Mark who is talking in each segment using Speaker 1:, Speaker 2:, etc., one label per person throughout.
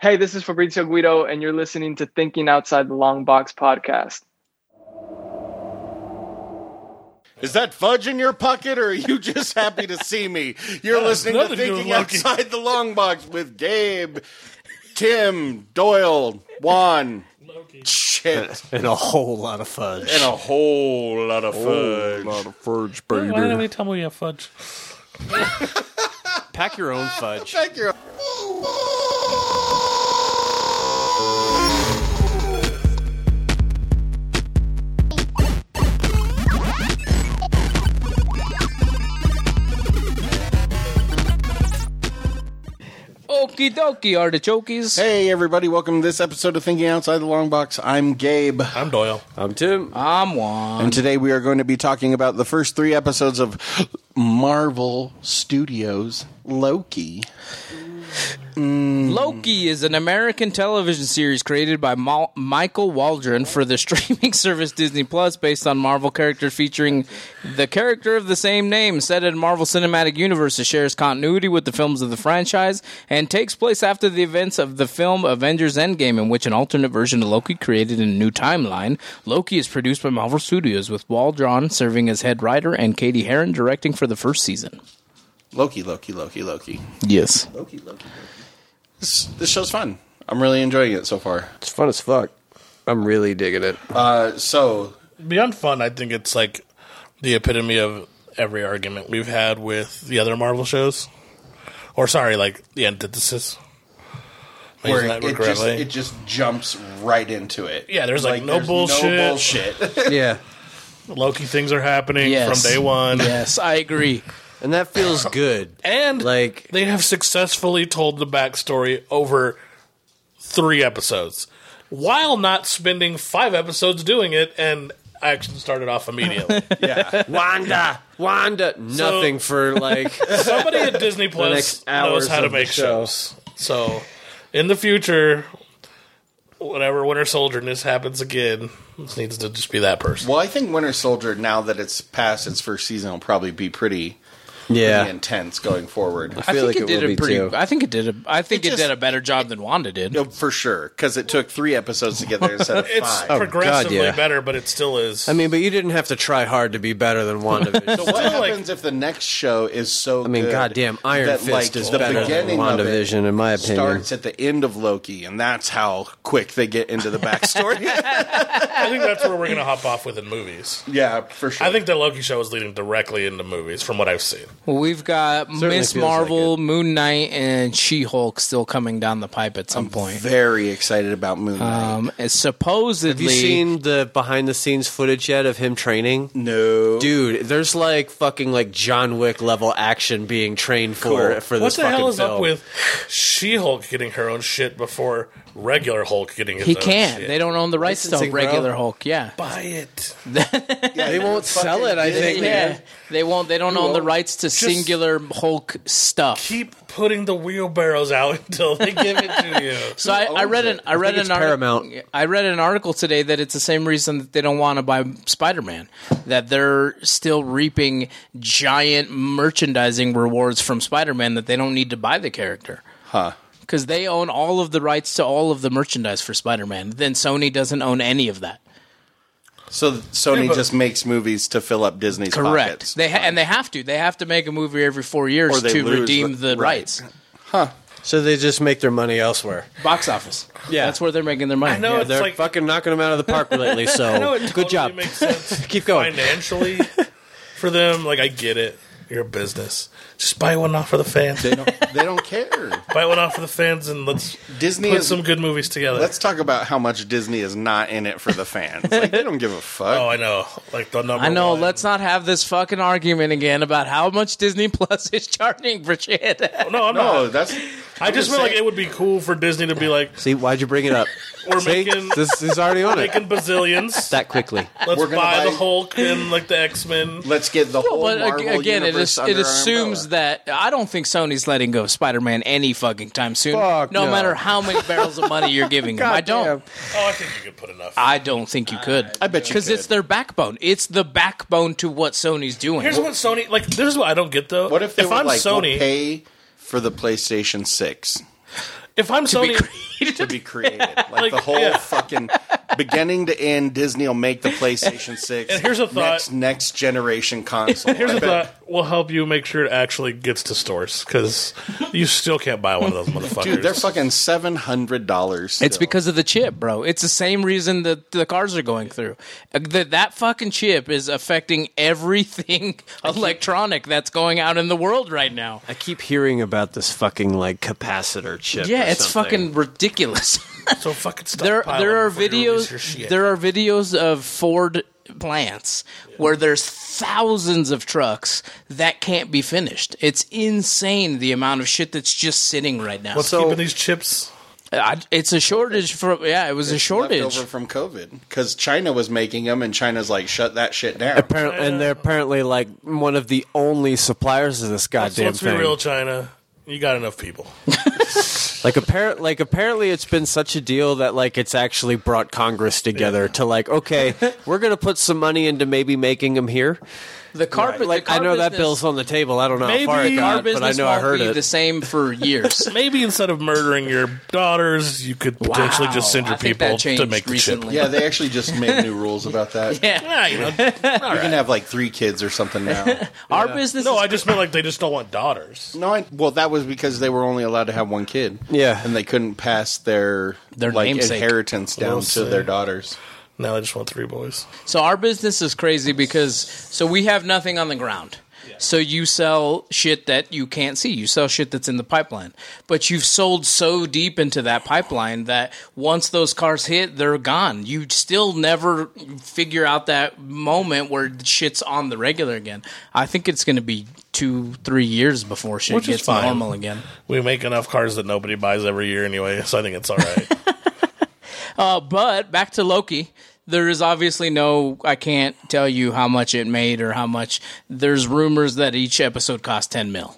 Speaker 1: Hey, this is Fabrizio Guido, and you're listening to Thinking Outside the Long Box podcast.
Speaker 2: Is that fudge in your pocket, or are you just happy to see me? You're listening to
Speaker 3: nothing to do with
Speaker 2: Thinking
Speaker 3: Loki.
Speaker 2: Outside the Long Box with Gabe, Tim, Doyle, Juan, shit,
Speaker 4: and a whole lot of fudge.
Speaker 2: and a whole lot of fudge.
Speaker 3: Why didn't we tell me we have fudge?
Speaker 4: Pack your own fudge.
Speaker 2: Thank you.
Speaker 5: Okie dokie, artichokies.
Speaker 2: Hey, everybody, welcome to this episode of Thinking Outside the Long Box. I'm Gabe.
Speaker 3: I'm Doyle.
Speaker 4: I'm Tim.
Speaker 5: I'm Juan.
Speaker 2: And today we are going to be talking about the first three episodes of Marvel Studios Loki.
Speaker 5: Loki is an American television series created by Mal- Michael Waldron for the streaming service Disney Plus based on Marvel characters featuring the character of the same name set in Marvel Cinematic Universe. It shares continuity with the films of the franchise and takes place after the events of the film Avengers Endgame, in which an alternate version of Loki created a new timeline. Loki is produced by Marvel Studios, with Waldron serving as head writer and Katie Heron directing for the first season.
Speaker 2: Loki, Loki, Loki, Loki.
Speaker 5: Yes.
Speaker 2: Loki, Loki, Loki. This, this show's fun. I'm really enjoying it so far.
Speaker 4: It's fun as fuck. I'm really digging it.
Speaker 2: Uh, so,
Speaker 3: Beyond fun, I think it's like the epitome of every argument we've had with the other Marvel shows. Or sorry, like the antithesis. Am I using
Speaker 2: where
Speaker 3: that word
Speaker 2: it just,
Speaker 3: correctly?
Speaker 2: it just jumps right into it.
Speaker 3: Yeah, there's, like, no
Speaker 2: No
Speaker 3: bullshit.
Speaker 2: bullshit.
Speaker 4: Yeah.
Speaker 3: Loki things are happening
Speaker 5: Yes.
Speaker 3: from day one.
Speaker 5: Yes, I agree.
Speaker 4: And that feels good.
Speaker 3: And
Speaker 4: Like-
Speaker 3: they have successfully told the backstory over three episodes while not spending five episodes doing it and action started off immediately.
Speaker 4: Wanda! Wanda! Nothing for like.
Speaker 3: Somebody at Disney Plus
Speaker 4: next hours
Speaker 3: knows how to
Speaker 4: of the
Speaker 3: make
Speaker 4: show.
Speaker 3: shows. So, in the future, whenever Winter Soldierness happens again, this needs to just be that person.
Speaker 2: well, I think Winter Soldier, now that it's past its first season, will probably be pretty, pretty
Speaker 4: yeah.
Speaker 2: intense going forward.
Speaker 4: I feel like it will
Speaker 5: did a
Speaker 4: be
Speaker 5: pretty.
Speaker 4: too.
Speaker 5: I think it did. A, I think
Speaker 2: It
Speaker 5: it,
Speaker 2: just-
Speaker 5: did a better job than Wanda did.
Speaker 2: No, Oh, for sure, because it took three episodes to get there instead of
Speaker 3: It's
Speaker 2: five.
Speaker 3: progressively
Speaker 4: Oh, yeah.
Speaker 3: better, but it still is.
Speaker 4: I mean, but you didn't have to try hard to be better than WandaVision.
Speaker 2: What
Speaker 3: like-
Speaker 2: happens if the next show is so? I
Speaker 4: mean, goddamn, Iron Fist is better than WandaVision, in my opinion.
Speaker 2: Starts at the end of Loki, and that's how quick they get into the backstory.
Speaker 3: I think that's where we're going to hop off with in movies.
Speaker 2: yeah, for sure.
Speaker 3: I think the Loki show is leading directly into movies, from what I've seen.
Speaker 5: We've got Miss
Speaker 4: feels
Speaker 5: Marvel,
Speaker 4: like
Speaker 5: Moon Knight, and She Hulk still coming down the pipe at some point.
Speaker 2: very excited about Moon
Speaker 3: Uh,
Speaker 2: Knight.
Speaker 5: Um, and supposedly,
Speaker 4: Have you seen the behind the scenes footage yet of him training?
Speaker 2: no,
Speaker 4: Dude, there's like fucking like John Wick level action being trained for
Speaker 2: Cool.
Speaker 4: for
Speaker 3: What
Speaker 4: this
Speaker 3: the
Speaker 4: fucking
Speaker 3: hell is up
Speaker 4: film.
Speaker 3: with She Hulk getting her own shit before regular Hulk getting his
Speaker 5: he
Speaker 3: own
Speaker 5: can't.
Speaker 3: Oh, shit?
Speaker 5: They don't own the rights to
Speaker 4: Licensing, bro.
Speaker 5: regular Hulk. Yeah,
Speaker 3: buy it.
Speaker 2: Yeah,
Speaker 4: They won't sell it, I think.
Speaker 5: yeah. They won't. They don't own the rights to singular Hulk stuff.
Speaker 3: Keep putting the wheelbarrows out until they give it to you.
Speaker 5: So I, I read an I read
Speaker 4: it's
Speaker 5: an arti-
Speaker 4: Paramount.
Speaker 5: I read an article today that it's the same reason that they don't want to buy Spider Man, that they're still reaping giant merchandising rewards from Spider Man that they don't need to buy the character
Speaker 2: Huh.
Speaker 5: because they own all of the rights to all of the merchandise for Spider Man. Then Sony doesn't own any of that.
Speaker 2: So th- Sony
Speaker 3: Yeah, but-
Speaker 2: just makes movies to fill up Disney's
Speaker 5: Correct.
Speaker 2: pockets.
Speaker 5: They ha- and they have to. They have to make a movie every four
Speaker 2: Or
Speaker 5: years
Speaker 2: they
Speaker 5: to
Speaker 2: lose
Speaker 5: redeem
Speaker 2: the-
Speaker 5: the,
Speaker 2: right.
Speaker 5: rights.
Speaker 4: So they just make their money elsewhere.
Speaker 5: Box office.
Speaker 4: Yeah.
Speaker 5: that's where they're making their money.
Speaker 3: I know
Speaker 5: Yeah.
Speaker 3: it's
Speaker 4: They're
Speaker 3: like
Speaker 4: fucking knocking them out of the park lately. So
Speaker 3: I know it totally
Speaker 4: good job.
Speaker 3: Makes sense
Speaker 4: Keep going.
Speaker 3: financially for them. Like I get it. You're a business. Just buy one off for the fans.
Speaker 2: They don't, they don't care.
Speaker 3: buy one off for the fans, and let's
Speaker 2: Disney
Speaker 3: put
Speaker 2: is-
Speaker 3: some good movies together.
Speaker 2: Let's talk about how much Disney is not in it for the fans. Like they don't give a fuck.
Speaker 3: oh, I know. Like the number.
Speaker 5: I know.
Speaker 3: One.
Speaker 5: Let's not have this fucking argument again about how much Disney Plus is charging for shit.
Speaker 3: Oh, No, I'm
Speaker 2: no,
Speaker 3: not.
Speaker 2: that's.
Speaker 3: I just feel like
Speaker 2: saying-
Speaker 3: it would be cool for Disney to be like,
Speaker 4: See, why'd you bring it up?
Speaker 3: we're
Speaker 4: See,
Speaker 3: making
Speaker 4: this is already on it
Speaker 3: making bazillions.
Speaker 4: that quickly.
Speaker 3: Let's
Speaker 2: We're
Speaker 3: buy,
Speaker 2: gonna buy-
Speaker 3: the Hulk and like the X Men.
Speaker 2: Let's get the whole
Speaker 5: but ag-
Speaker 2: Marvel
Speaker 5: again, it,
Speaker 2: universe
Speaker 5: is,
Speaker 2: under
Speaker 5: it
Speaker 2: our
Speaker 5: assumes
Speaker 2: umbrella.
Speaker 5: that I don't think Sony's letting go of Spider-Man any fucking time soon.
Speaker 4: Fuck
Speaker 5: no,
Speaker 4: no.
Speaker 5: matter how many barrels of money you're giving them, I don't.
Speaker 3: Oh, I think you could put enough.
Speaker 5: I don't think you could. I
Speaker 2: bet you
Speaker 5: because it's
Speaker 2: could.
Speaker 5: their backbone. It's the backbone to what Sony's doing.
Speaker 3: Here's what Sony like. This is what I don't get though.
Speaker 2: What if they were
Speaker 3: I'm
Speaker 2: like, we'll
Speaker 3: Sony?
Speaker 2: pay for the PlayStation Six?
Speaker 3: If I'm
Speaker 5: to be
Speaker 3: Sony,
Speaker 5: created.
Speaker 2: to be created. Like,
Speaker 3: Like,
Speaker 2: the whole
Speaker 3: yeah.
Speaker 2: fucking beginning to end, Disney will make the PlayStation Six.
Speaker 3: and here's a thought.
Speaker 2: next next generation console.
Speaker 3: here's
Speaker 2: I
Speaker 3: a
Speaker 2: bet-
Speaker 3: thought: will help you make sure it actually gets to stores because you still can't buy one of those motherfuckers.
Speaker 2: Dude, they're fucking seven hundred dollars.
Speaker 5: It's because of the chip, bro. It's the same reason that the cars are going through. Uh, That that fucking chip is affecting everything electronic that's going out in the world right now.
Speaker 4: I keep hearing about this fucking like capacitor chip.
Speaker 5: Yeah,
Speaker 4: or
Speaker 5: it's
Speaker 4: something.
Speaker 5: fucking ridiculous.
Speaker 3: so fucking.
Speaker 5: there
Speaker 3: stockpile
Speaker 5: there
Speaker 3: them
Speaker 5: are
Speaker 3: before you release your
Speaker 5: videos
Speaker 3: shit.
Speaker 5: there are videos of Ford plants where there's thousands of trucks that can't be finished. It's insane the amount of shit that's just sitting right now.
Speaker 3: What's
Speaker 2: so-
Speaker 3: keeping these chips?
Speaker 5: I, it's a shortage from yeah, it was a shortage.
Speaker 2: over from COVID because China was making them, and China's like shut that shit down.
Speaker 4: Apparent- and they're apparently like one of the only suppliers of this
Speaker 3: So
Speaker 4: goddamn
Speaker 3: let's
Speaker 4: thing.
Speaker 3: be real, China. You got enough people.
Speaker 4: Like apparent, like apparently, it's been such a deal that like it's actually brought Congress together to like, okay, we're gonna put some money into maybe making them here.
Speaker 5: The carpet, the
Speaker 4: Like I
Speaker 5: car
Speaker 4: know that
Speaker 5: business-
Speaker 4: bill's on the table. I don't know how far it
Speaker 3: Maybe our
Speaker 5: Car
Speaker 4: got, but I
Speaker 5: business
Speaker 4: know I
Speaker 5: won't
Speaker 4: heard
Speaker 5: be
Speaker 4: it.
Speaker 5: the same for years.
Speaker 3: Maybe instead of murdering your daughters, you could potentially just send your
Speaker 5: I think that
Speaker 3: people to
Speaker 5: changed
Speaker 3: make the
Speaker 5: recently.
Speaker 3: chip.
Speaker 2: Yeah, they actually just made new rules about that.
Speaker 5: Yeah.
Speaker 3: Yeah, you know.
Speaker 2: you can have like three kids or something now.
Speaker 5: Our business.
Speaker 3: No,
Speaker 5: is-
Speaker 3: I just meant like they just don't want daughters.
Speaker 2: No, I, well, that was because they were only allowed to have one kid.
Speaker 4: Yeah.
Speaker 2: and they couldn't pass their
Speaker 5: Their
Speaker 2: like
Speaker 5: namesake.
Speaker 2: inheritance down
Speaker 3: We'll
Speaker 2: to
Speaker 3: see.
Speaker 2: their daughters.
Speaker 3: Now they just want three boys.
Speaker 5: so our business is crazy because so we have nothing on the ground. So you sell shit that you can't see. You sell shit that's in the pipeline. But you've sold so deep into that pipeline that once those cars hit, they're gone. You still never figure out that moment where shit's on the regular again. I think it's going to be 2 3 years before shit
Speaker 3: Which is
Speaker 5: gets
Speaker 3: fine.
Speaker 5: normal again.
Speaker 3: We make enough cars that nobody buys every year anyway, so I think it's all right.
Speaker 5: But back to Loki. There is obviously no. I can't tell you how much it made or how much. There's rumors that each episode cost ten mil.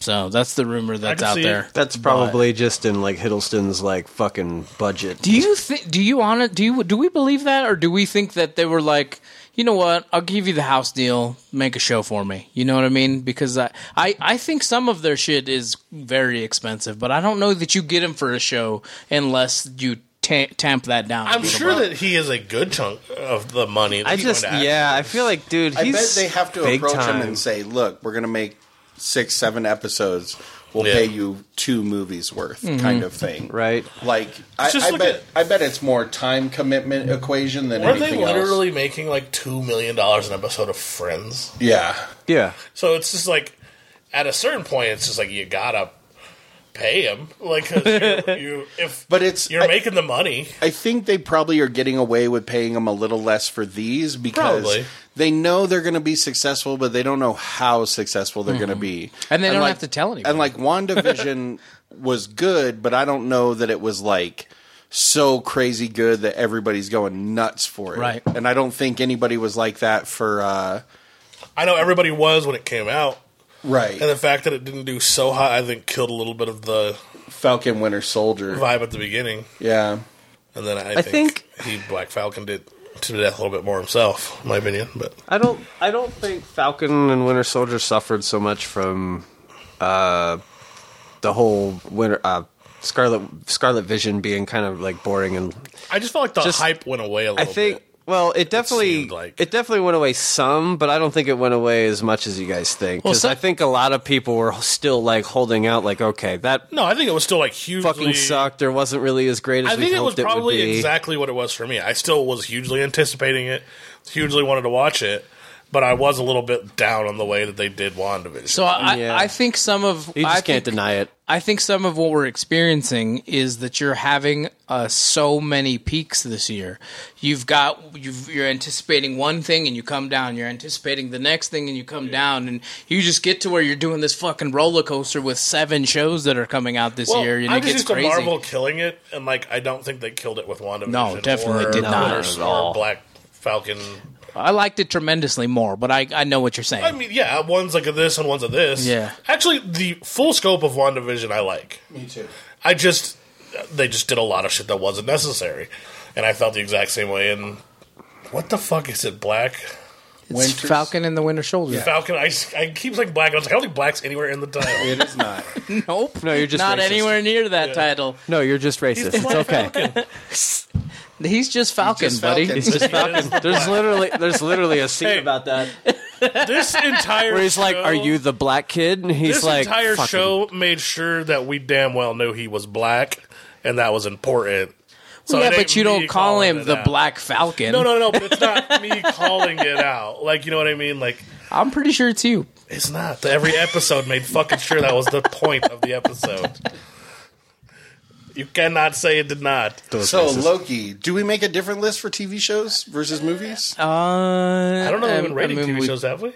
Speaker 5: So that's the rumor that's
Speaker 3: can
Speaker 5: out
Speaker 3: see
Speaker 5: there.
Speaker 3: it.
Speaker 4: That's probably just in like Hiddleston's like fucking budget.
Speaker 5: Do you think? Do you on it? Do you? Do we believe that, or do we think that they were like, you know what? I'll give you the house deal. Make a show for me. You know what I mean? Because I, I, I think some of their shit is very expensive, but I don't know that you get them for a show unless you ta tamp that down. a
Speaker 3: I'm
Speaker 5: little
Speaker 3: sure
Speaker 5: bit.
Speaker 3: that he is a good chunk of the money. That
Speaker 4: I
Speaker 3: he's
Speaker 4: just
Speaker 3: going to act.
Speaker 4: yeah, I feel like dude,
Speaker 2: I
Speaker 4: he's
Speaker 2: bet they have to
Speaker 4: big
Speaker 2: approach
Speaker 4: time.
Speaker 2: him and say, "Look, we're going to make six, seven episodes. We'll
Speaker 3: Yeah.
Speaker 2: pay you two movies worth," kind of thing,
Speaker 4: Mm-hmm. Right.
Speaker 2: Like, I,
Speaker 3: just
Speaker 2: I
Speaker 3: look
Speaker 2: bet,
Speaker 3: at-
Speaker 2: I bet it's more time commitment equation than
Speaker 3: Weren't they
Speaker 2: anything else.
Speaker 3: literally making like two million dollars an episode of Friends?
Speaker 2: Yeah,
Speaker 4: yeah.
Speaker 3: So it's just like at a certain point, it's just like you gotta pay him, like 'cause you, you if
Speaker 2: but it's.
Speaker 3: you're
Speaker 2: I,
Speaker 3: making the money.
Speaker 2: I think they probably are getting away with paying them a little less for these because
Speaker 3: Probably.
Speaker 2: they know they're going to be successful, but they don't know how successful they're going to be,
Speaker 5: And they don't have to tell anybody.
Speaker 2: And like WandaVision was good, but I don't know that it was like so crazy good that everybody's going nuts for it,
Speaker 5: Right.
Speaker 2: And I don't think anybody was like that for uh,
Speaker 3: I know everybody was when it came out,
Speaker 2: right
Speaker 3: and the fact that it didn't do so hot, I think, killed a little bit of the
Speaker 2: Falcon Winter Soldier,
Speaker 3: vibe at the beginning.
Speaker 2: yeah.
Speaker 3: And then I,
Speaker 4: I
Speaker 3: think, he Black Falcon did to death a little bit more himself, in my opinion. But
Speaker 4: I don't. I don't think Falcon and Winter Soldier suffered so much from uh, the whole winter uh, Scarlet Scarlet Vision being kind of like boring and
Speaker 3: I just felt like the
Speaker 4: Just-
Speaker 3: hype went away a little
Speaker 4: I think.
Speaker 3: bit.
Speaker 4: Well, it definitely
Speaker 3: seemed
Speaker 4: it,
Speaker 3: like-
Speaker 4: definitely went away some, but I don't think it went away as much as you guys think.
Speaker 5: Well,
Speaker 4: Because
Speaker 5: so-
Speaker 4: I think a lot of people were still like holding out, like, okay, that
Speaker 3: No, I think it was still like hugely
Speaker 4: fucking sucked, or wasn't really as great as
Speaker 3: I
Speaker 4: we
Speaker 3: think it was
Speaker 4: hoped
Speaker 3: probably
Speaker 4: would be.
Speaker 3: exactly what it was for me. I still was hugely anticipating it, hugely wanted to watch it, but I was a little bit down on the way that they did WandaVision.
Speaker 5: So I,
Speaker 4: Yeah.
Speaker 5: I think some of
Speaker 4: you just
Speaker 5: I
Speaker 4: can't
Speaker 5: think,
Speaker 4: deny it.
Speaker 5: I think some of what we're experiencing is that you're having uh, so many peaks this year. You've got you've, you're anticipating one thing and you come down. You're anticipating the next thing and you come down, and you just get to where you're doing this fucking roller coaster with seven shows that are coming out this
Speaker 3: Well,
Speaker 5: year, and
Speaker 3: I'm
Speaker 5: it
Speaker 3: just
Speaker 5: gets
Speaker 3: used to
Speaker 5: crazy.
Speaker 3: Marvel killing it, and like I don't think they killed it with WandaVision.
Speaker 5: No, definitely
Speaker 3: or-
Speaker 5: did not.
Speaker 3: or-
Speaker 5: Not at
Speaker 3: or
Speaker 5: all.
Speaker 3: Black Falcon.
Speaker 5: I liked it tremendously more, but I, I know what you're saying.
Speaker 3: I mean, yeah, one's like a this and one's a this.
Speaker 5: Yeah.
Speaker 3: actually, the full scope of WandaVision I like.
Speaker 2: Me too.
Speaker 3: I just they just did a lot of shit that wasn't necessary, and I felt the exact same way. And what the fuck is it, Black?
Speaker 5: It's Falcon and the Winter Soldier.
Speaker 3: Falcon. I, s- I keep saying black. I was like, I don't think black's anywhere in the title.
Speaker 2: It is not.
Speaker 5: Nope.
Speaker 4: No, you're just
Speaker 5: not
Speaker 4: racist.
Speaker 5: anywhere near that title.
Speaker 4: No, you're just racist. It's okay.
Speaker 5: He's just Falcon,
Speaker 2: just
Speaker 5: buddy.
Speaker 2: Falcon.
Speaker 5: He's just Falcon.
Speaker 4: There's literally there's literally a scene
Speaker 3: Hey.
Speaker 4: about that
Speaker 3: this entire
Speaker 4: where he's like,
Speaker 3: show-
Speaker 4: "Are you the black kid?" And he's
Speaker 3: This
Speaker 4: like,
Speaker 3: entire
Speaker 4: "Fuck him."
Speaker 3: show made sure that we damn well knew he was black, and that was important. So
Speaker 5: yeah,
Speaker 3: it
Speaker 5: but
Speaker 3: ain't
Speaker 5: you
Speaker 3: me
Speaker 5: don't call
Speaker 3: calling
Speaker 5: him
Speaker 3: it
Speaker 5: the
Speaker 3: out.
Speaker 5: Black Falcon.
Speaker 3: No, no, no. But it's not me calling it out. Like you know what I mean? Like
Speaker 5: I'm pretty sure it's you.
Speaker 3: it's not. Every episode made fucking sure that was the point of the episode. You cannot say it did not.
Speaker 2: So Loki, do we make a different list for TV shows versus movies?
Speaker 5: Uh, I
Speaker 3: I don't know. We've been rating TV
Speaker 5: we,
Speaker 3: shows, have we?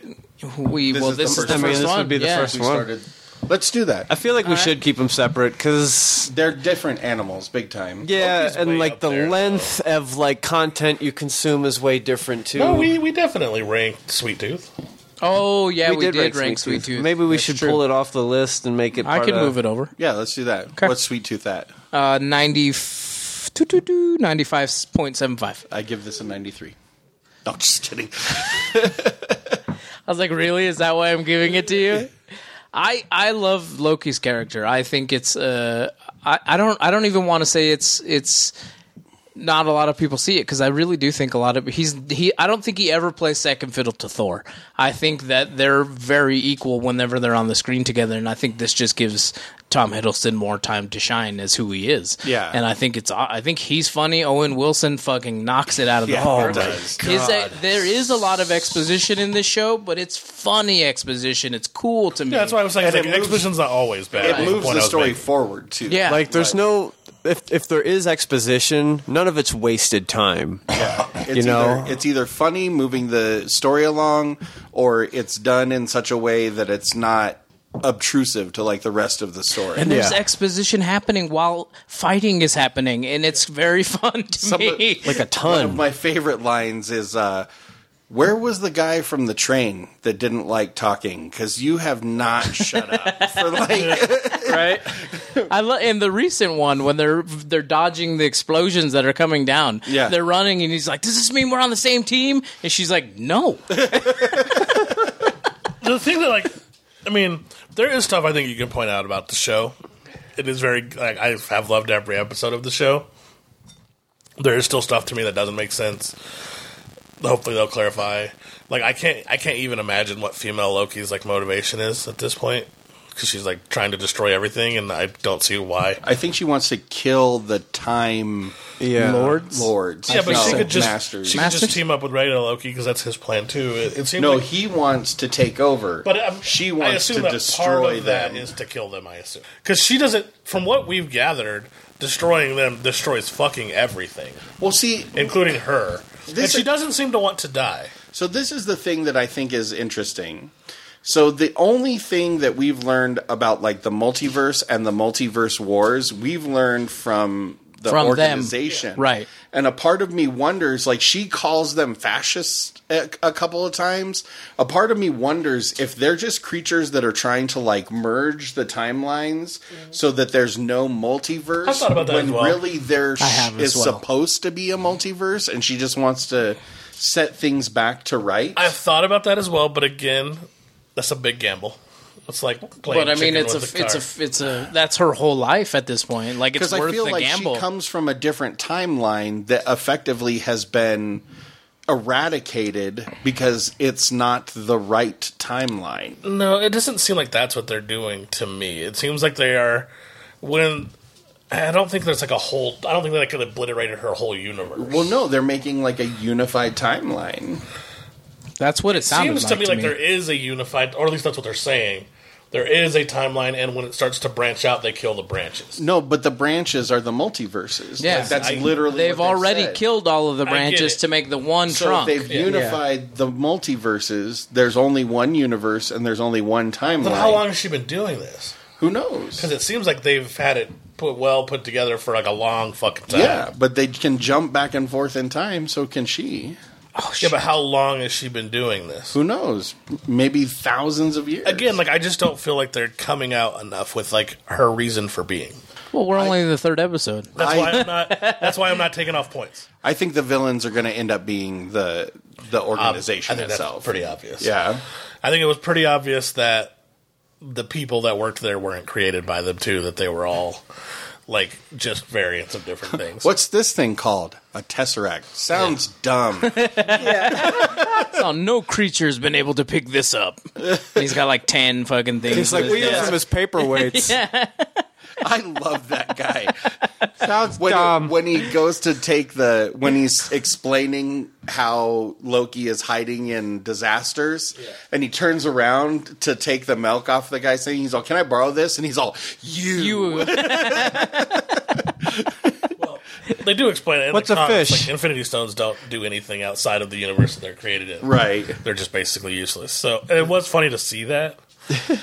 Speaker 5: We, well, this is the
Speaker 4: I mean,
Speaker 5: first
Speaker 4: this
Speaker 5: one.
Speaker 4: would be the
Speaker 5: yeah.
Speaker 4: first
Speaker 2: We
Speaker 4: one.
Speaker 2: started. Let's do
Speaker 4: I
Speaker 2: that.
Speaker 4: feel like we should keep them separate because
Speaker 2: They're different animals, big time.
Speaker 4: Yeah,
Speaker 3: Loki's way
Speaker 4: and
Speaker 3: up
Speaker 4: like the
Speaker 3: there,
Speaker 4: length of like content you consume is way different too.
Speaker 3: No, we, we definitely ranked Sweet Tooth.
Speaker 5: Oh yeah, we, did, rank, Sweet Tooth.
Speaker 4: Maybe we
Speaker 5: That's
Speaker 4: should
Speaker 5: true.
Speaker 4: pull it off the list and make it.
Speaker 5: I
Speaker 4: part
Speaker 5: can
Speaker 4: of-
Speaker 5: move it over.
Speaker 2: Yeah, let's do that.
Speaker 5: Okay.
Speaker 2: What's Sweet Tooth at?
Speaker 5: Uh, 95.75.
Speaker 2: I give this a 93. No, just kidding.
Speaker 5: I was like, really? Is that why I'm giving it to you? I I love Loki's character. I think it's uh I, I don't I don't even want to say it's it's not a lot of people see it because I really do think a lot of he's he I don't think he ever plays second fiddle to Thor. I think that they're very equal whenever they're on the screen together, and I think this just gives Tom Hiddleston more time to shine as who he is.
Speaker 2: Yeah.
Speaker 5: and I think it's I think he's funny. Owen Wilson fucking knocks it out of the
Speaker 2: Yeah,
Speaker 5: park.
Speaker 2: does.
Speaker 5: Is that there is a lot of exposition in this show, but it's funny exposition. It's cool to me.
Speaker 3: Yeah, that's why I was like,
Speaker 2: And
Speaker 3: like
Speaker 2: it moves-
Speaker 3: exposition's not always
Speaker 2: It
Speaker 3: bad. was
Speaker 2: moves
Speaker 3: point
Speaker 2: the
Speaker 3: I was
Speaker 2: story
Speaker 3: making.
Speaker 2: forward too.
Speaker 5: Yeah.
Speaker 4: Like, there's no if if there is exposition, none of it's wasted time.
Speaker 2: it's
Speaker 4: you know?
Speaker 2: either, it's either funny moving the story along, or it's done in such a way that it's not obtrusive to like the rest of the story.
Speaker 5: and there's
Speaker 4: Yeah.
Speaker 5: exposition happening while fighting is happening, and it's very fun to
Speaker 2: Some of-
Speaker 5: me.
Speaker 4: Like a
Speaker 2: One of
Speaker 4: ton.
Speaker 2: my favorite lines is, uh, "Where was the guy from the train that didn't like talking? Because you have not shut up for like."
Speaker 5: right? I love in the recent one when they're they're dodging the explosions that are coming down.
Speaker 2: Yeah.
Speaker 5: they're running, and he's like, "Does this mean we're on the same team?" And she's like, "No."
Speaker 3: the thing that like I mean, there is stuff I think you can point out about the show. It is very like I have loved every episode of the show. There is still stuff to me that doesn't make sense. Hopefully they'll clarify. Like I can't I can't even imagine what female Loki's like motivation is at this point cuz she's like trying to destroy everything and I don't see why.
Speaker 2: I think she wants to kill the time
Speaker 4: Yeah,
Speaker 2: lords.
Speaker 3: Yeah, but
Speaker 2: No,
Speaker 3: she could just
Speaker 2: masters.
Speaker 3: she could
Speaker 5: Masters?
Speaker 3: just team up with regular Loki because that's his plan too. It, it seems
Speaker 2: No,
Speaker 3: like,
Speaker 2: he wants to take over.
Speaker 3: But um,
Speaker 2: she
Speaker 3: I
Speaker 2: wants
Speaker 3: assume
Speaker 2: to
Speaker 3: that part
Speaker 2: destroy
Speaker 3: of that
Speaker 2: them.
Speaker 3: is to kill them. I assume because she doesn't. From what we've gathered, destroying them destroys fucking everything,
Speaker 2: well, see,
Speaker 3: including her. and
Speaker 2: This-
Speaker 3: she doesn't seem to want to die.
Speaker 2: so this is the thing that I think is interesting. So the only thing that we've learned about like the multiverse and the multiverse wars, we've learned from the
Speaker 5: From them.
Speaker 2: organization,
Speaker 5: Right.
Speaker 2: And a part of me wonders, like she calls them fascists a, a couple of times. A part of me wonders if they're just creatures that are trying to like merge the timelines so that there's no multiverse.
Speaker 3: Mm-hmm. I thought about that
Speaker 2: when
Speaker 3: as well.
Speaker 2: really there
Speaker 5: I have
Speaker 2: is
Speaker 5: as well.
Speaker 2: supposed to be a multiverse, and she just wants to set things back to right.
Speaker 3: I've thought about that as well, but again, that's a big gamble. It's like playing.
Speaker 5: But I mean,
Speaker 3: chicken
Speaker 5: it's a
Speaker 3: with the
Speaker 5: it's
Speaker 3: car.
Speaker 5: a it's a that's her whole life at this point. Like it's
Speaker 2: because
Speaker 5: worth
Speaker 2: I feel
Speaker 5: the
Speaker 2: like
Speaker 5: gamble.
Speaker 2: she comes from a different timeline that effectively has been eradicated because it's not the right timeline.
Speaker 3: No, it doesn't seem like that's what they're doing to me. It seems like they are when. I don't think there's like a whole. I don't think they could have obliterated her whole universe.
Speaker 2: Well, no, they're making like a unified timeline.
Speaker 5: that's what it, sounded
Speaker 3: seems
Speaker 5: like
Speaker 3: to me like there is a unified, or at least that's what they're saying. There is a timeline, and when it starts to branch out, they kill the branches.
Speaker 2: No, but the branches are the multiverses.
Speaker 5: Yeah.
Speaker 2: Like, that's
Speaker 3: I-
Speaker 2: literally
Speaker 5: They've
Speaker 2: what they
Speaker 5: already
Speaker 2: said.
Speaker 5: killed all of the
Speaker 3: get
Speaker 5: branches
Speaker 3: it.
Speaker 5: to make the one
Speaker 2: So
Speaker 5: trunk.
Speaker 2: if they've
Speaker 3: Yeah.
Speaker 2: unified the multiverses. There's only one universe and there's only one timeline.
Speaker 3: But how long has she been doing this?
Speaker 2: Who knows?
Speaker 3: Because it seems like they've had it put well put together for like a long fucking time.
Speaker 2: Yeah, but they can jump back and forth in time. So can she?
Speaker 3: yeah. But how long has she been doing this?
Speaker 2: Who knows? Maybe thousands of years.
Speaker 3: Again, like I just don't feel like they're coming out enough with like her reason for being.
Speaker 5: well, we're only in the third episode.
Speaker 3: That's
Speaker 2: I-
Speaker 3: why I'm not. That's why I'm not taking off points.
Speaker 2: I think the villains are going to end up being the the
Speaker 3: ob-
Speaker 2: organization
Speaker 3: I think
Speaker 2: itself.
Speaker 3: That's pretty obvious.
Speaker 2: yeah.
Speaker 3: I think it was pretty obvious that the people that worked there weren't created by them too. That they were all like just variants of different things.
Speaker 2: What's this thing called? A tesseract. Sounds dumb.
Speaker 5: Oh, no creature's been able to pick this up. And he's got like ten fucking things.
Speaker 4: He's like,
Speaker 5: in his
Speaker 4: we use
Speaker 5: desk.
Speaker 4: them as paperweights.
Speaker 2: I love that guy.
Speaker 4: Sounds
Speaker 2: When,
Speaker 4: dumb.
Speaker 2: when he goes to take the when he's explaining how Loki is hiding in disasters, and he turns around to take the milk off the guy, saying he's all, "Can I borrow this?" And he's all, "You."
Speaker 5: you.
Speaker 3: They do explain it. in
Speaker 4: What's
Speaker 3: the
Speaker 4: a
Speaker 3: comics,
Speaker 4: fish?
Speaker 3: Like, Infinity Stones don't do anything outside of the universe that they're created in.
Speaker 2: Right.
Speaker 3: They're just basically useless. So and it was funny to see that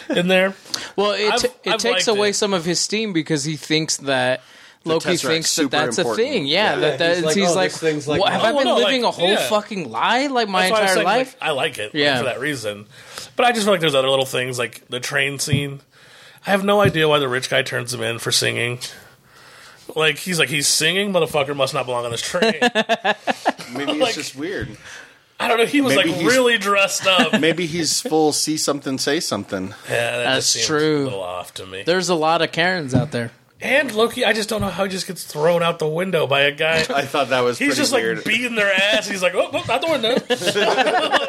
Speaker 3: in there.
Speaker 5: Well, it
Speaker 3: I've-
Speaker 5: it
Speaker 3: I've liked
Speaker 5: takes away
Speaker 3: it.
Speaker 5: some of his steam because he thinks that Loki
Speaker 2: Tesseract's
Speaker 5: thinks that
Speaker 2: super
Speaker 5: that's
Speaker 2: important.
Speaker 5: a thing. Yeah,
Speaker 4: Yeah,
Speaker 5: that, that
Speaker 4: he's
Speaker 5: he's
Speaker 4: like,
Speaker 5: like,
Speaker 4: oh, this thing's like-
Speaker 5: what, have
Speaker 4: Oh,
Speaker 5: I been
Speaker 3: no,
Speaker 5: living
Speaker 3: like,
Speaker 5: a whole
Speaker 3: yeah.
Speaker 5: fucking lie like my
Speaker 3: That's why I was
Speaker 5: entire
Speaker 3: saying, like,
Speaker 5: life?
Speaker 3: I like it
Speaker 5: Yeah.
Speaker 3: for that reason. But I just feel like there's other little things like the train scene. I have no idea why the rich guy turns him in for singing. Like he's like he's singing, motherfucker must not belong on this train.
Speaker 2: Maybe it's
Speaker 3: Like-
Speaker 2: just weird.
Speaker 3: I don't know. He was
Speaker 2: Maybe
Speaker 3: like
Speaker 2: he's-
Speaker 3: really dressed up. yeah,
Speaker 2: Maybe he's full. See something, say something.
Speaker 3: that just
Speaker 5: That's
Speaker 3: seems A
Speaker 5: true.
Speaker 3: little off to me.
Speaker 5: There's a lot of Karens out there.
Speaker 3: and Loki, I just don't know how he just gets thrown out the window by a guy.
Speaker 2: I thought that was
Speaker 3: He's
Speaker 2: pretty
Speaker 3: just
Speaker 2: weird.
Speaker 3: like beating their ass. He's like, oh, oh out the window.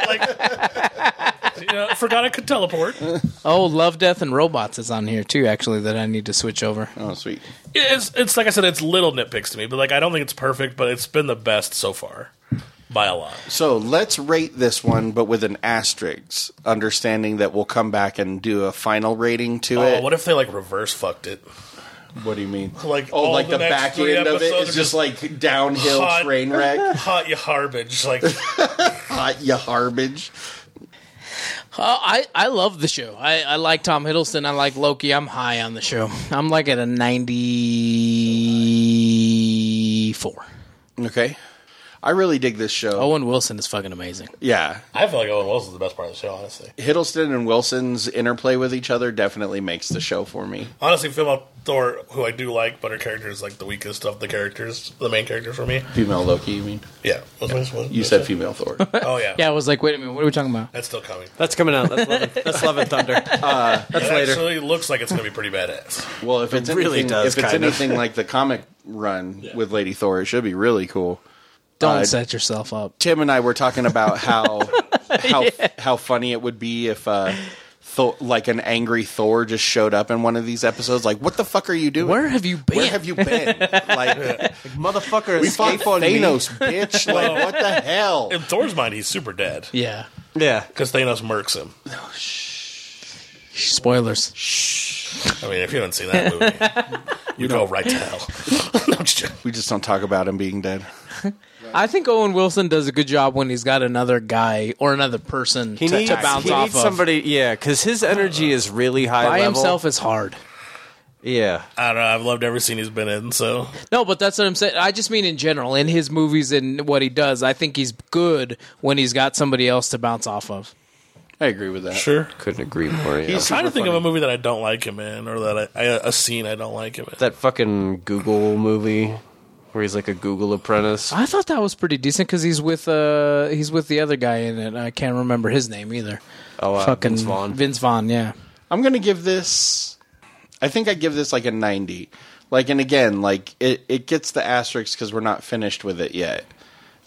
Speaker 3: like, you know, forgot I could teleport.
Speaker 5: Oh, Love, Death, and Robots is on here too. Actually, that I need to switch over.
Speaker 2: oh, sweet.
Speaker 3: It's it's like I said, it's little nitpicks to me, but like I don't think it's perfect, but it's been the best so far by a lot.
Speaker 2: So let's rate this one, but with an asterisk, understanding that we'll come back and do a final rating to
Speaker 3: Oh,
Speaker 2: it.
Speaker 3: what if they like reverse fucked it?
Speaker 2: What do you mean?
Speaker 3: Like,
Speaker 2: oh,
Speaker 3: all
Speaker 2: like the,
Speaker 3: the next
Speaker 2: back
Speaker 3: three
Speaker 2: end of it
Speaker 3: episodes
Speaker 2: is
Speaker 3: are
Speaker 2: just
Speaker 3: just
Speaker 2: like downhill
Speaker 3: hot.
Speaker 2: train wreck,
Speaker 3: Hot you garbage. Like
Speaker 2: hot you garbage.
Speaker 5: Oh, I, I love the show. I, I like Tom Hiddleston. I like Loki. I'm high on the show. I'm like at a 94.
Speaker 2: Okay, I really dig this show.
Speaker 3: Oh.
Speaker 5: Owen Wilson is fucking amazing.
Speaker 2: Yeah,
Speaker 3: I feel like Owen Wilson's the best part of the show, honestly.
Speaker 2: Hiddleston and Wilson's interplay with each other definitely makes the show for me.
Speaker 3: Honestly, female Thor, who I do like, but her character is like the weakest of the characters, the main character for me.
Speaker 2: Female Loki, you mean?
Speaker 3: Yeah, What's my- what's
Speaker 2: You
Speaker 3: my-
Speaker 2: said female Thor.
Speaker 3: Oh yeah,
Speaker 5: Yeah, I was like, wait a minute, what are we talking about?
Speaker 3: That's still coming.
Speaker 4: That's coming out. That's Love and, that's Love and Thunder. Uh, that's
Speaker 3: It
Speaker 4: later.
Speaker 3: actually looks like it's gonna be pretty badass.
Speaker 2: Well, if it's
Speaker 4: really
Speaker 2: anything,
Speaker 4: does,
Speaker 2: if it's
Speaker 4: kind of.
Speaker 2: anything like the comic run with Lady Thor, it should be really cool.
Speaker 5: Don't
Speaker 2: Uh,
Speaker 5: set yourself up.
Speaker 2: Tim and I were talking about how how how funny it would be if uh, Thor, like an angry Thor just showed up in one of these episodes. Like, what the fuck are you doing?
Speaker 5: Where have you been?
Speaker 2: Where have you been? Like,
Speaker 4: Motherfucker,
Speaker 2: we fought Thanos, bitch. Like, what the hell?
Speaker 3: In Thor's mind, he's super dead
Speaker 5: yeah.
Speaker 4: Yeah.
Speaker 3: because Thanos murks him.
Speaker 5: Spoilers.
Speaker 3: I mean, if you haven't seen that movie, you go right to hell. No, I'm just joking.
Speaker 2: We just don't talk about him being dead.
Speaker 5: I think Owen Wilson does a good job when he's got another guy or another person
Speaker 4: He
Speaker 5: to,
Speaker 4: needs,
Speaker 5: to bounce
Speaker 4: he
Speaker 5: off
Speaker 4: needs
Speaker 5: of.
Speaker 4: somebody, yeah, because his energy is really high
Speaker 5: By
Speaker 4: level.
Speaker 5: himself is hard.
Speaker 4: yeah.
Speaker 3: I don't know. I've loved every scene he's been in. So
Speaker 5: No, but that's what I'm saying. I just mean in general, in his movies and what he does. I think he's good when he's got somebody else to bounce off of.
Speaker 2: I agree with that.
Speaker 3: sure.
Speaker 4: Couldn't agree more. Yeah.
Speaker 2: He's
Speaker 3: Trying
Speaker 2: super
Speaker 3: to think
Speaker 2: funny.
Speaker 3: of a movie that I don't like him in, or that I, I, a scene I don't like him in.
Speaker 4: that fucking Google movie where he's like a Google apprentice.
Speaker 5: I thought that was pretty decent because he's with uh he's with the other guy in it. I can't remember his name either.
Speaker 4: Oh, uh,
Speaker 5: Fucking
Speaker 4: Vince Vaughn.
Speaker 5: Vince Vaughn, yeah.
Speaker 2: I'm gonna give this. I think I give this like a 90. Like, and again, like it, it gets the asterisk because we're not finished with it yet.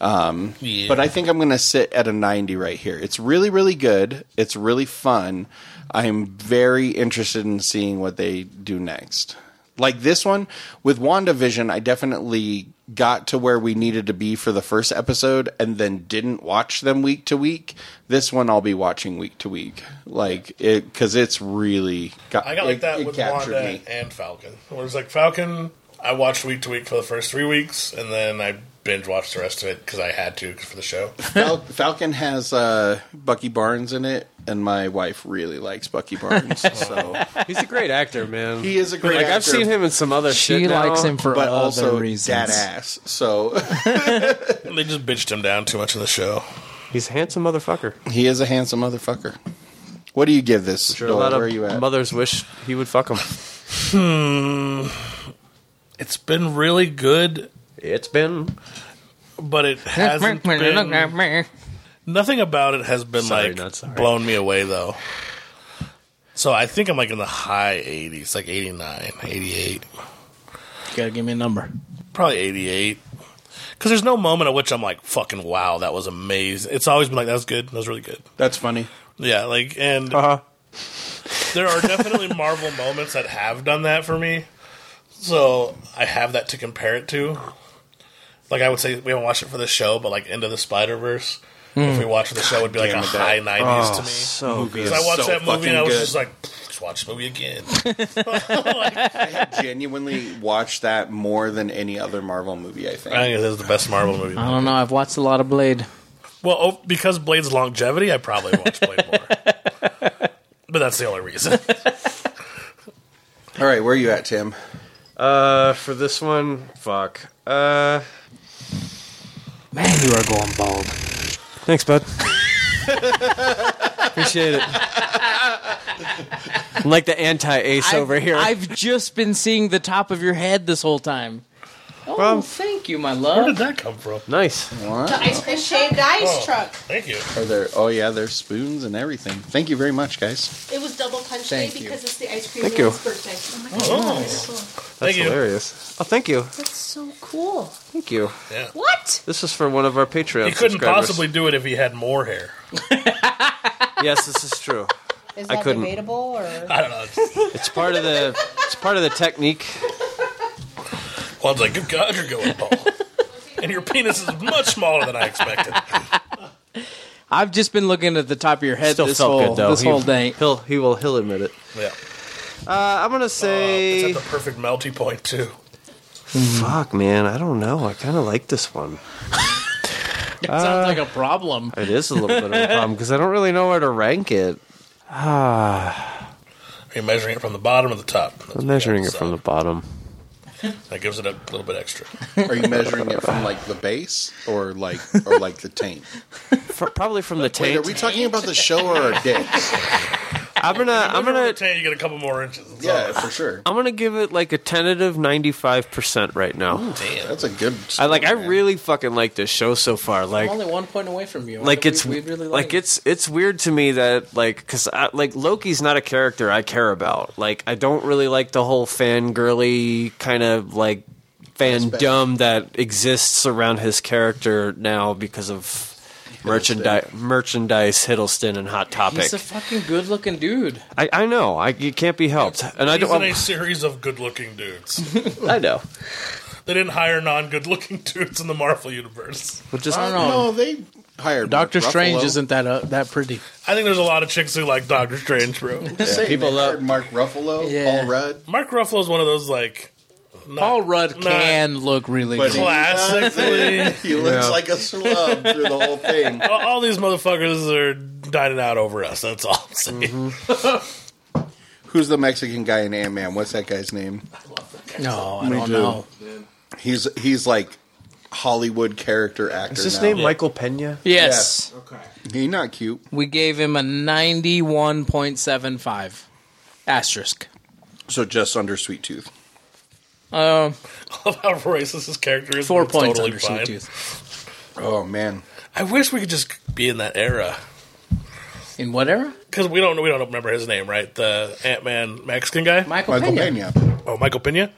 Speaker 3: Yeah.
Speaker 2: But I think I'm going to sit at a 90 right here. It's really, really good. It's really fun. I'm very interested in seeing what they do next. Like this one with WandaVision, I definitely got to where we needed to be for the first episode and then didn't watch them week to week. This one I'll be watching week to week. Like it, because it's really got,
Speaker 3: I got like
Speaker 2: it-
Speaker 3: that
Speaker 2: it
Speaker 3: with
Speaker 2: captured
Speaker 3: Wanda
Speaker 2: me.
Speaker 3: and Falcon. Where it's like Falcon, I watched week to week for the first three weeks, and then I binge watched the rest of it because I had to for the show.
Speaker 2: Fal- Falcon has uh, Bucky Barnes in it, and my wife really likes Bucky Barnes. so.
Speaker 4: He's a great actor, man.
Speaker 2: He is a great
Speaker 4: Like I've
Speaker 2: actor.
Speaker 4: seen him in some other shit.
Speaker 5: She
Speaker 4: now.
Speaker 5: likes him for
Speaker 2: but
Speaker 5: other
Speaker 2: also
Speaker 5: reasons.
Speaker 2: dad ass. So
Speaker 3: they just bitched him down too much in the show.
Speaker 4: He's a handsome motherfucker.
Speaker 2: he is a handsome motherfucker. What do you give this?
Speaker 4: Sure, a
Speaker 2: Noel?
Speaker 4: lot
Speaker 2: Where are you
Speaker 4: of
Speaker 2: at?
Speaker 4: mothers wish he would fuck him.
Speaker 3: It's been really good,
Speaker 4: It's been
Speaker 3: but it hasn't been. Nothing about it has been
Speaker 4: Sorry,
Speaker 3: like
Speaker 4: not sorry.
Speaker 3: blown me away though. So I think I'm like in the high 80s, like 89, 88,
Speaker 5: You gotta give me a number.
Speaker 3: probably 88. Because there's no moment at which I'm like, fucking wow, that was amazing. It's always been like, that was good, that was really good.
Speaker 2: That's funny.
Speaker 3: Yeah, like, and there are definitely Marvel moments that have done that for me. So I have that to compare it to. Like I would say, we haven't watched it for the show, but like Into the Spider Verse, if we watched the show, it'd be like a
Speaker 2: damn it, that-
Speaker 3: high nineties to me.
Speaker 4: So good.
Speaker 3: So I watched
Speaker 2: so
Speaker 3: that movie and
Speaker 2: fucking
Speaker 3: I was
Speaker 2: good.
Speaker 3: just like, just watch the movie again.
Speaker 2: Genuinely watched that more than any other Marvel movie. I think.
Speaker 3: I think this is the best Marvel movie.
Speaker 5: I don't know. I've watched a lot of Blade.
Speaker 3: Well, oh, because Blade's longevity, I probably watch Blade more. But that's the only reason.
Speaker 2: All right, where are you at, Tim?
Speaker 4: Uh, for this one, fuck. Uh,
Speaker 5: Man, you are going bald.
Speaker 4: thanks, bud. Appreciate it. I'm like the anti-ace over here.
Speaker 5: I've just been seeing the top of your head this whole time. Oh,
Speaker 4: Well-
Speaker 5: thank you, my
Speaker 3: Where did
Speaker 5: love.
Speaker 3: that come from?
Speaker 4: nice.
Speaker 6: Ice cream shaved ice
Speaker 3: Oh,
Speaker 6: truck.
Speaker 3: Thank you.
Speaker 2: Are there? Oh yeah, there's spoons and everything. Thank you very much, guys.
Speaker 6: It was double punch
Speaker 5: Thank
Speaker 6: day
Speaker 5: you.
Speaker 6: because it's the ice cream
Speaker 4: Thank
Speaker 6: man's
Speaker 4: you.
Speaker 6: birthday. Oh my god,
Speaker 3: Oh.
Speaker 4: That's
Speaker 3: Thank you.
Speaker 4: hilarious. Oh, thank you.
Speaker 6: that's so cool.
Speaker 4: Thank you.
Speaker 3: Yeah.
Speaker 6: What?
Speaker 4: This is for one of our Patreon
Speaker 3: He couldn't
Speaker 4: subscribers.
Speaker 3: possibly do it if he had more hair.
Speaker 4: Yes, this is true.
Speaker 6: Is
Speaker 4: I
Speaker 6: that
Speaker 4: couldn't.
Speaker 6: debatable or?
Speaker 3: I don't know. It's-
Speaker 4: It's part of the. It's part of the technique.
Speaker 3: One's like, good God, you're going bald. and your penis is much smaller than I expected.
Speaker 5: I've just been looking at the top of your head
Speaker 4: Still
Speaker 5: this
Speaker 4: felt good
Speaker 5: whole
Speaker 4: though.
Speaker 5: this
Speaker 4: He-
Speaker 5: whole day.
Speaker 4: He'll he will he'll admit it.
Speaker 3: Yeah.
Speaker 4: Uh, I'm gonna
Speaker 3: Uh,
Speaker 4: say.
Speaker 3: it's at the perfect melty point, too.
Speaker 4: Fuck, man. I don't know. I kind of like this one. Uh,
Speaker 5: That sounds like a problem.
Speaker 4: It is a little bit of a problem because I don't really know where to rank it.
Speaker 3: Are you measuring it from the bottom or the top? That's
Speaker 4: I'm measuring
Speaker 3: what
Speaker 4: it
Speaker 3: you
Speaker 4: from the
Speaker 3: gotta
Speaker 4: bottom.
Speaker 3: decide. That gives it a little bit extra.
Speaker 2: Are you measuring it from like the base or like or like the taint?
Speaker 4: Fr- probably from the
Speaker 2: Wait, are
Speaker 4: taint.
Speaker 2: we talking about the show or our dicks?
Speaker 4: I'm gonna. I'm gonna.
Speaker 3: Rotate, you get a couple more inches. That's
Speaker 2: Yeah,
Speaker 3: all.
Speaker 2: for sure.
Speaker 4: I'm gonna give it like a tentative 95 percent right now.
Speaker 3: Damn.
Speaker 2: That's a good.
Speaker 4: I like. I
Speaker 2: man.
Speaker 4: really fucking like this show so far. Like.
Speaker 5: I'm only one point away from you.
Speaker 4: Like
Speaker 5: We-
Speaker 4: it's
Speaker 5: we really
Speaker 4: like
Speaker 5: it.
Speaker 4: it's it's weird to me that like because like Loki's not a character I care about. Like I don't really like the whole fangirly kind of like fandom that exists around his character now because of merchandise merchandise Hiddleston and Hot Topic.
Speaker 5: He's a fucking good-looking dude.
Speaker 4: I, I know. I, you can't be helped, and I
Speaker 3: He's in
Speaker 4: don't.
Speaker 3: a series of good-looking dudes.
Speaker 4: I know.
Speaker 3: they didn't hire non-good-looking dudes in the Marvel universe.
Speaker 4: Well, just
Speaker 5: I don't know.
Speaker 2: No, they hired
Speaker 5: Doctor
Speaker 2: Mark
Speaker 5: Strange
Speaker 2: Ruffalo.
Speaker 5: isn't that uh, that pretty.
Speaker 3: I think there's a lot of chicks who like Doctor Strange, bro.
Speaker 2: Just saying,
Speaker 4: people
Speaker 2: they
Speaker 4: love-
Speaker 2: hired Mark Ruffalo,
Speaker 5: Yeah.
Speaker 2: Paul Rudd.
Speaker 3: Mark Ruffalo's one of those like not-
Speaker 5: Paul Rudd
Speaker 3: not
Speaker 5: can look really
Speaker 2: But
Speaker 5: good.
Speaker 2: he-
Speaker 3: classically.
Speaker 2: He looks like a slub through the whole thing.
Speaker 3: all, all these motherfuckers are dining out over us. That's all I'm saying.
Speaker 4: Mm-hmm.
Speaker 2: Who's the Mexican guy in Ant Man? What's that guy's name?
Speaker 5: No, I don't
Speaker 2: do.
Speaker 5: know.
Speaker 2: He's he's like Hollywood character actor.
Speaker 4: is his
Speaker 2: now.
Speaker 4: name Michael Pena?
Speaker 5: Yes,
Speaker 2: He not cute.
Speaker 5: we gave him a ninety-one point seven five asterisk.
Speaker 2: So just under Sweet Tooth.
Speaker 5: Um,
Speaker 3: Love how racist his character is.
Speaker 5: four
Speaker 3: It's
Speaker 5: points
Speaker 3: totally
Speaker 5: under
Speaker 3: fine.
Speaker 5: Sweet Tooth.
Speaker 2: Oh man,
Speaker 3: I wish we could just be in that era
Speaker 5: In what era?
Speaker 3: because we don't we don't remember his name, right? The Ant Man Mexican guy,
Speaker 5: Michael,
Speaker 2: Michael
Speaker 5: Pena.
Speaker 2: Pena.
Speaker 3: oh Michael Pena.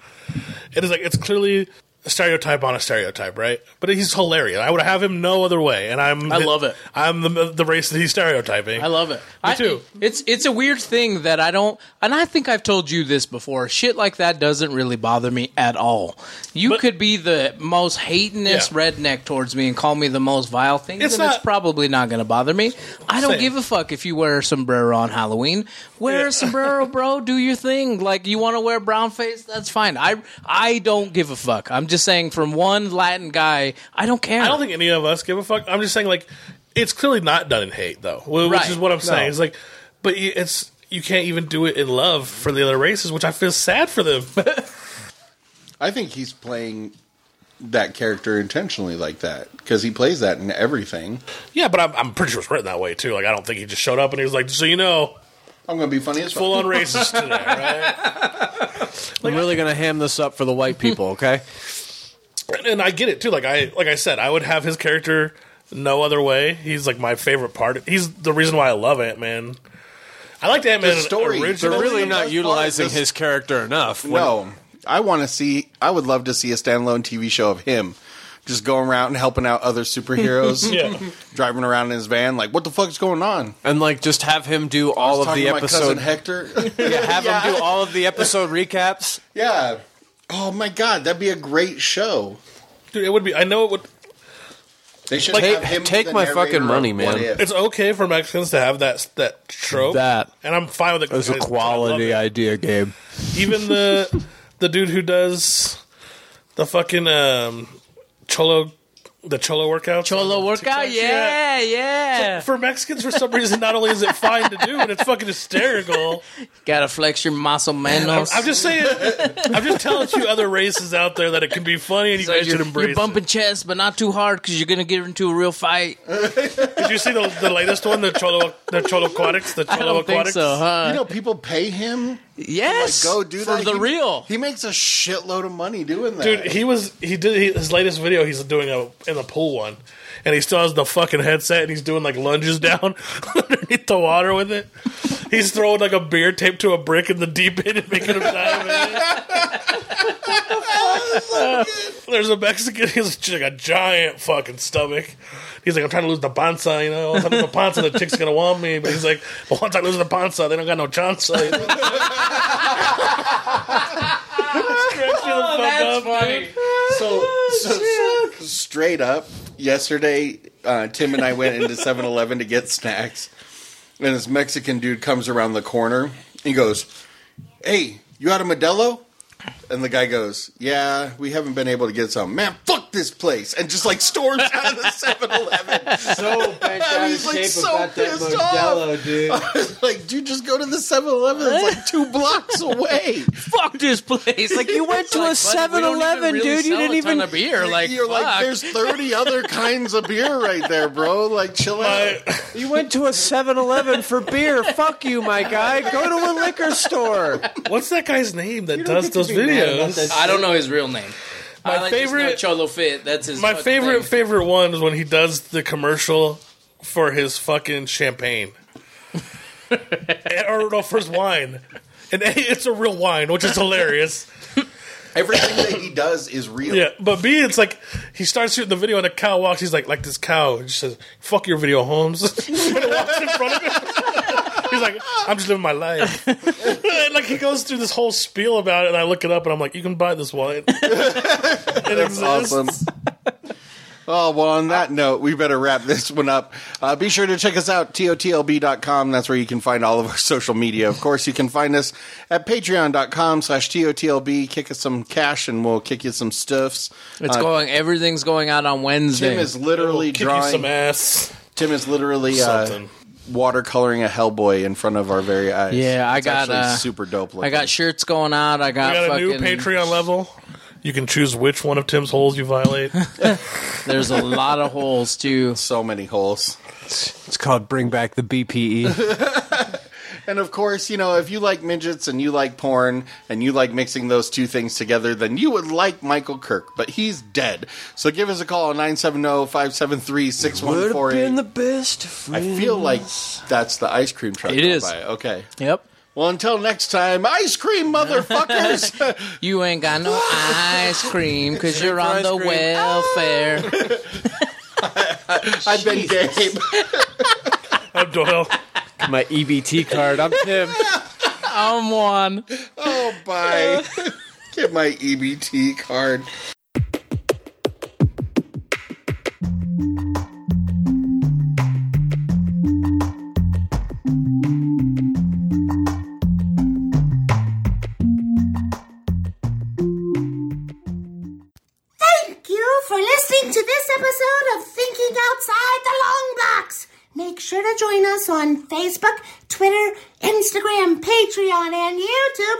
Speaker 3: It is like it's clearly a stereotype on a stereotype, right? But he's hilarious. I would have him no other way, and I'm
Speaker 5: I love it.
Speaker 3: I'm the the race that he's stereotyping.
Speaker 5: I love it. I
Speaker 3: too.
Speaker 5: It's it's a weird thing that I don't, and I think I've told you this before. Shit like that doesn't really bother me at all. You
Speaker 3: But-
Speaker 5: could be the most hatinous
Speaker 3: Yeah.
Speaker 5: redneck towards me and call me the most vile thing,
Speaker 3: It's
Speaker 5: and it's
Speaker 3: not-
Speaker 5: probably not going to bother me. I don't
Speaker 3: Same.
Speaker 5: give a fuck if you wear a sombrero on Halloween. Wear
Speaker 3: Yeah.
Speaker 5: a sombrero, bro. Do your thing. Like you want to wear brown face, that's fine. I I don't give a fuck. I'm just saying, from one Latin guy, I don't care.
Speaker 3: I don't think any of us give a fuck. I'm just saying, like, it's clearly not done in hate, though, wh- which
Speaker 5: Right.
Speaker 3: is what I'm saying.
Speaker 2: No.
Speaker 3: It's like, but you, it's you can't even do it in love for the other races, which I feel sad for them.
Speaker 2: I think he's playing that character intentionally like that because he plays that in everything.
Speaker 3: yeah, but I'm, I'm pretty sure it's written that way too. Like, I don't think he just showed up and he was like, "So you know,
Speaker 2: I'm gonna be funny as
Speaker 3: full
Speaker 2: fuck.
Speaker 3: on racist today, right?"
Speaker 4: I'm really gonna ham this up for the white people, okay?
Speaker 3: And I get it too. Like I like I said, I would have his character no other way. He's like my favorite part. He's the reason why I love Ant Man. I liked Ant Man
Speaker 2: story.
Speaker 4: They're
Speaker 3: originally.
Speaker 2: That's
Speaker 4: really
Speaker 2: the best
Speaker 4: not
Speaker 2: part,
Speaker 4: utilizing
Speaker 2: this-
Speaker 4: his character enough. when-
Speaker 2: No, I want to see. I would love to see a standalone TV show of him just going around and helping out other superheroes.
Speaker 3: Yeah.
Speaker 2: driving around in his van, like, what the fuck's going on?
Speaker 4: and like just have him do all of
Speaker 2: Talking
Speaker 4: the
Speaker 2: to my cousin
Speaker 4: episode.
Speaker 2: Hector.
Speaker 4: Yeah, have him do all of the episode recaps.
Speaker 2: yeah. Oh my god, that'd be a great show.
Speaker 3: Dude, it would be. I know it would.
Speaker 2: They should
Speaker 3: Like,
Speaker 2: have
Speaker 4: take-
Speaker 2: him
Speaker 4: take
Speaker 2: the
Speaker 4: my
Speaker 2: narrator
Speaker 4: fucking
Speaker 2: of
Speaker 4: money,
Speaker 2: What
Speaker 4: man.
Speaker 2: If.
Speaker 3: It's okay for Mexicans to have that that trope.
Speaker 4: That.
Speaker 3: and I'm fine with it.
Speaker 4: It was a
Speaker 3: I- I love
Speaker 4: quality
Speaker 3: it.
Speaker 4: idea game.
Speaker 3: Even the the dude who does the fucking um, cholo the cholo workout.
Speaker 5: Cholo workout? Yeah, yeah.
Speaker 3: For Mexicans, for some reason, not only is it fine to do, but it's fucking hysterical.
Speaker 5: Gotta flex your muscle, manos.
Speaker 3: I'm just saying. I'm just telling you other races out there that it can be funny and you guys should
Speaker 5: you're,
Speaker 3: embrace.
Speaker 5: you're bumping chest, but not too hard because you're gonna get into a real fight.
Speaker 3: it. Did you see the, the latest one, the cholo, the cholo aquatics, the
Speaker 5: I
Speaker 3: cholo
Speaker 5: don't think
Speaker 3: aquatics?
Speaker 5: so, huh?
Speaker 2: You know, people pay him.
Speaker 5: yes,
Speaker 2: Go do
Speaker 5: for
Speaker 2: that.
Speaker 5: the
Speaker 2: He-
Speaker 5: real.
Speaker 2: He makes a shitload of money doing that.
Speaker 3: Dude, he was he did he, his latest video. He's doing a in the pool one, and he still has the fucking headset, and he's doing like lunges down underneath the water with it. He's throwing like a beer taped to a brick in the deep end and making him dive in. There's a Mexican. He's like a giant fucking stomach. He's like, I'm trying to lose the panza, you know. If I lose the panza, the chick's gonna want me. But he's like, but once I lose the panza, they don't got no chance. Stretch you the
Speaker 7: Oh,
Speaker 3: fuck up, dude.
Speaker 2: so,
Speaker 5: Oh,
Speaker 2: so straight up yesterday uh, tim and i went into 7-eleven to get snacks and this mexican dude comes around the corner he goes hey you out of modelo and the guy goes, Yeah, we haven't been able to get some. Man, fuck this place. And just like storms out of the 7 Eleven.
Speaker 7: So bent
Speaker 2: I
Speaker 7: out
Speaker 2: was,
Speaker 7: of
Speaker 2: like,
Speaker 7: shape
Speaker 2: so
Speaker 7: about that
Speaker 2: pissed off.
Speaker 7: Modelo, dude.
Speaker 2: like, dude, just go to the 7 Eleven. It's like two blocks away.
Speaker 5: Fuck this place. Like
Speaker 4: you went to a
Speaker 5: fuck, we don't even
Speaker 4: 7-Eleven,
Speaker 5: really
Speaker 4: dude. You
Speaker 5: sell
Speaker 4: didn't
Speaker 5: a ton
Speaker 4: even-
Speaker 5: of beer. Like
Speaker 2: You're like,
Speaker 5: fuck.
Speaker 2: there's 30 other kinds of beer right there, bro. Like, chill out.
Speaker 4: You went to a 7-Eleven for beer. Fuck you, my guy. Go to a liquor store.
Speaker 3: What's that guy's name that does those
Speaker 7: about
Speaker 3: videos?
Speaker 7: that
Speaker 5: I don't know his real name. My
Speaker 3: favorite-
Speaker 5: Cholo Fit. That's his.
Speaker 3: My
Speaker 5: fucking
Speaker 3: favorite
Speaker 5: thing.
Speaker 3: favorite one is when he does the commercial for his fucking champagne, Eh, or no, for his wine, and eh, it's a real wine, which is hilarious.
Speaker 2: Everything that he does is real.
Speaker 3: Yeah, but B, it's like he starts shooting the video and a cow walks. He's like, like this cow, and she says, "Fuck your video, Holmes." and it walks in front of him. He's like, "I'm just living my life." and like he goes through this whole spiel about it, and I look it up, and I'm like, "You can buy this wine." it exists.
Speaker 2: awesome. Oh, well, on that note, we better wrap this one up. Uh, be sure to check us out, totlb.com. That's where you can find all of our social media. Of course, you can find us at patreon.com slash totlb. Kick us some cash and we'll kick you some stuffs. Uh,
Speaker 5: It's going. Everything's going out on Wednesday.
Speaker 2: Tim is literally
Speaker 3: Kick you some
Speaker 2: drawing.
Speaker 3: ass.
Speaker 2: Tim is literally uh,
Speaker 3: Something.
Speaker 2: watercoloring a Hellboy in front of our very eyes.
Speaker 5: Yeah, I
Speaker 2: It's
Speaker 5: got,
Speaker 2: actually
Speaker 5: uh,
Speaker 2: super dope. Looking.
Speaker 5: I got shirts going out. I got,
Speaker 3: We got a
Speaker 5: fucking,
Speaker 3: new Patreon level. You can choose which one of Tim's holes you violate.
Speaker 5: There's a lot of holes too.
Speaker 2: so many holes.
Speaker 4: It's called Bring Back the E. BPE.
Speaker 2: And of course, you know, if you like midgets and you like porn and you like mixing those two things together, then you would like Michael Kirk, but he's dead. So give us a call on oh, 970-573-6148.
Speaker 4: best
Speaker 2: I feel like that's the ice cream truck.
Speaker 5: It
Speaker 2: going
Speaker 5: is.
Speaker 2: by. Okay.
Speaker 5: Yep.
Speaker 2: Well, until next time, ice cream, motherfuckers.
Speaker 5: You ain't got no ice cream because you're on
Speaker 4: ice
Speaker 5: the
Speaker 4: cream.
Speaker 5: welfare.
Speaker 2: I've been Gabe.
Speaker 3: I'm Doyle.
Speaker 4: My EBT card. I'm Tim.
Speaker 5: I'm one.
Speaker 2: Oh, bye. Get my EBT card.
Speaker 8: Thank you for listening to this episode of Thinking Outside the Long Box. Make sure to join us on Facebook, Twitter, Instagram, Patreon, and YouTube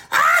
Speaker 8: Ah!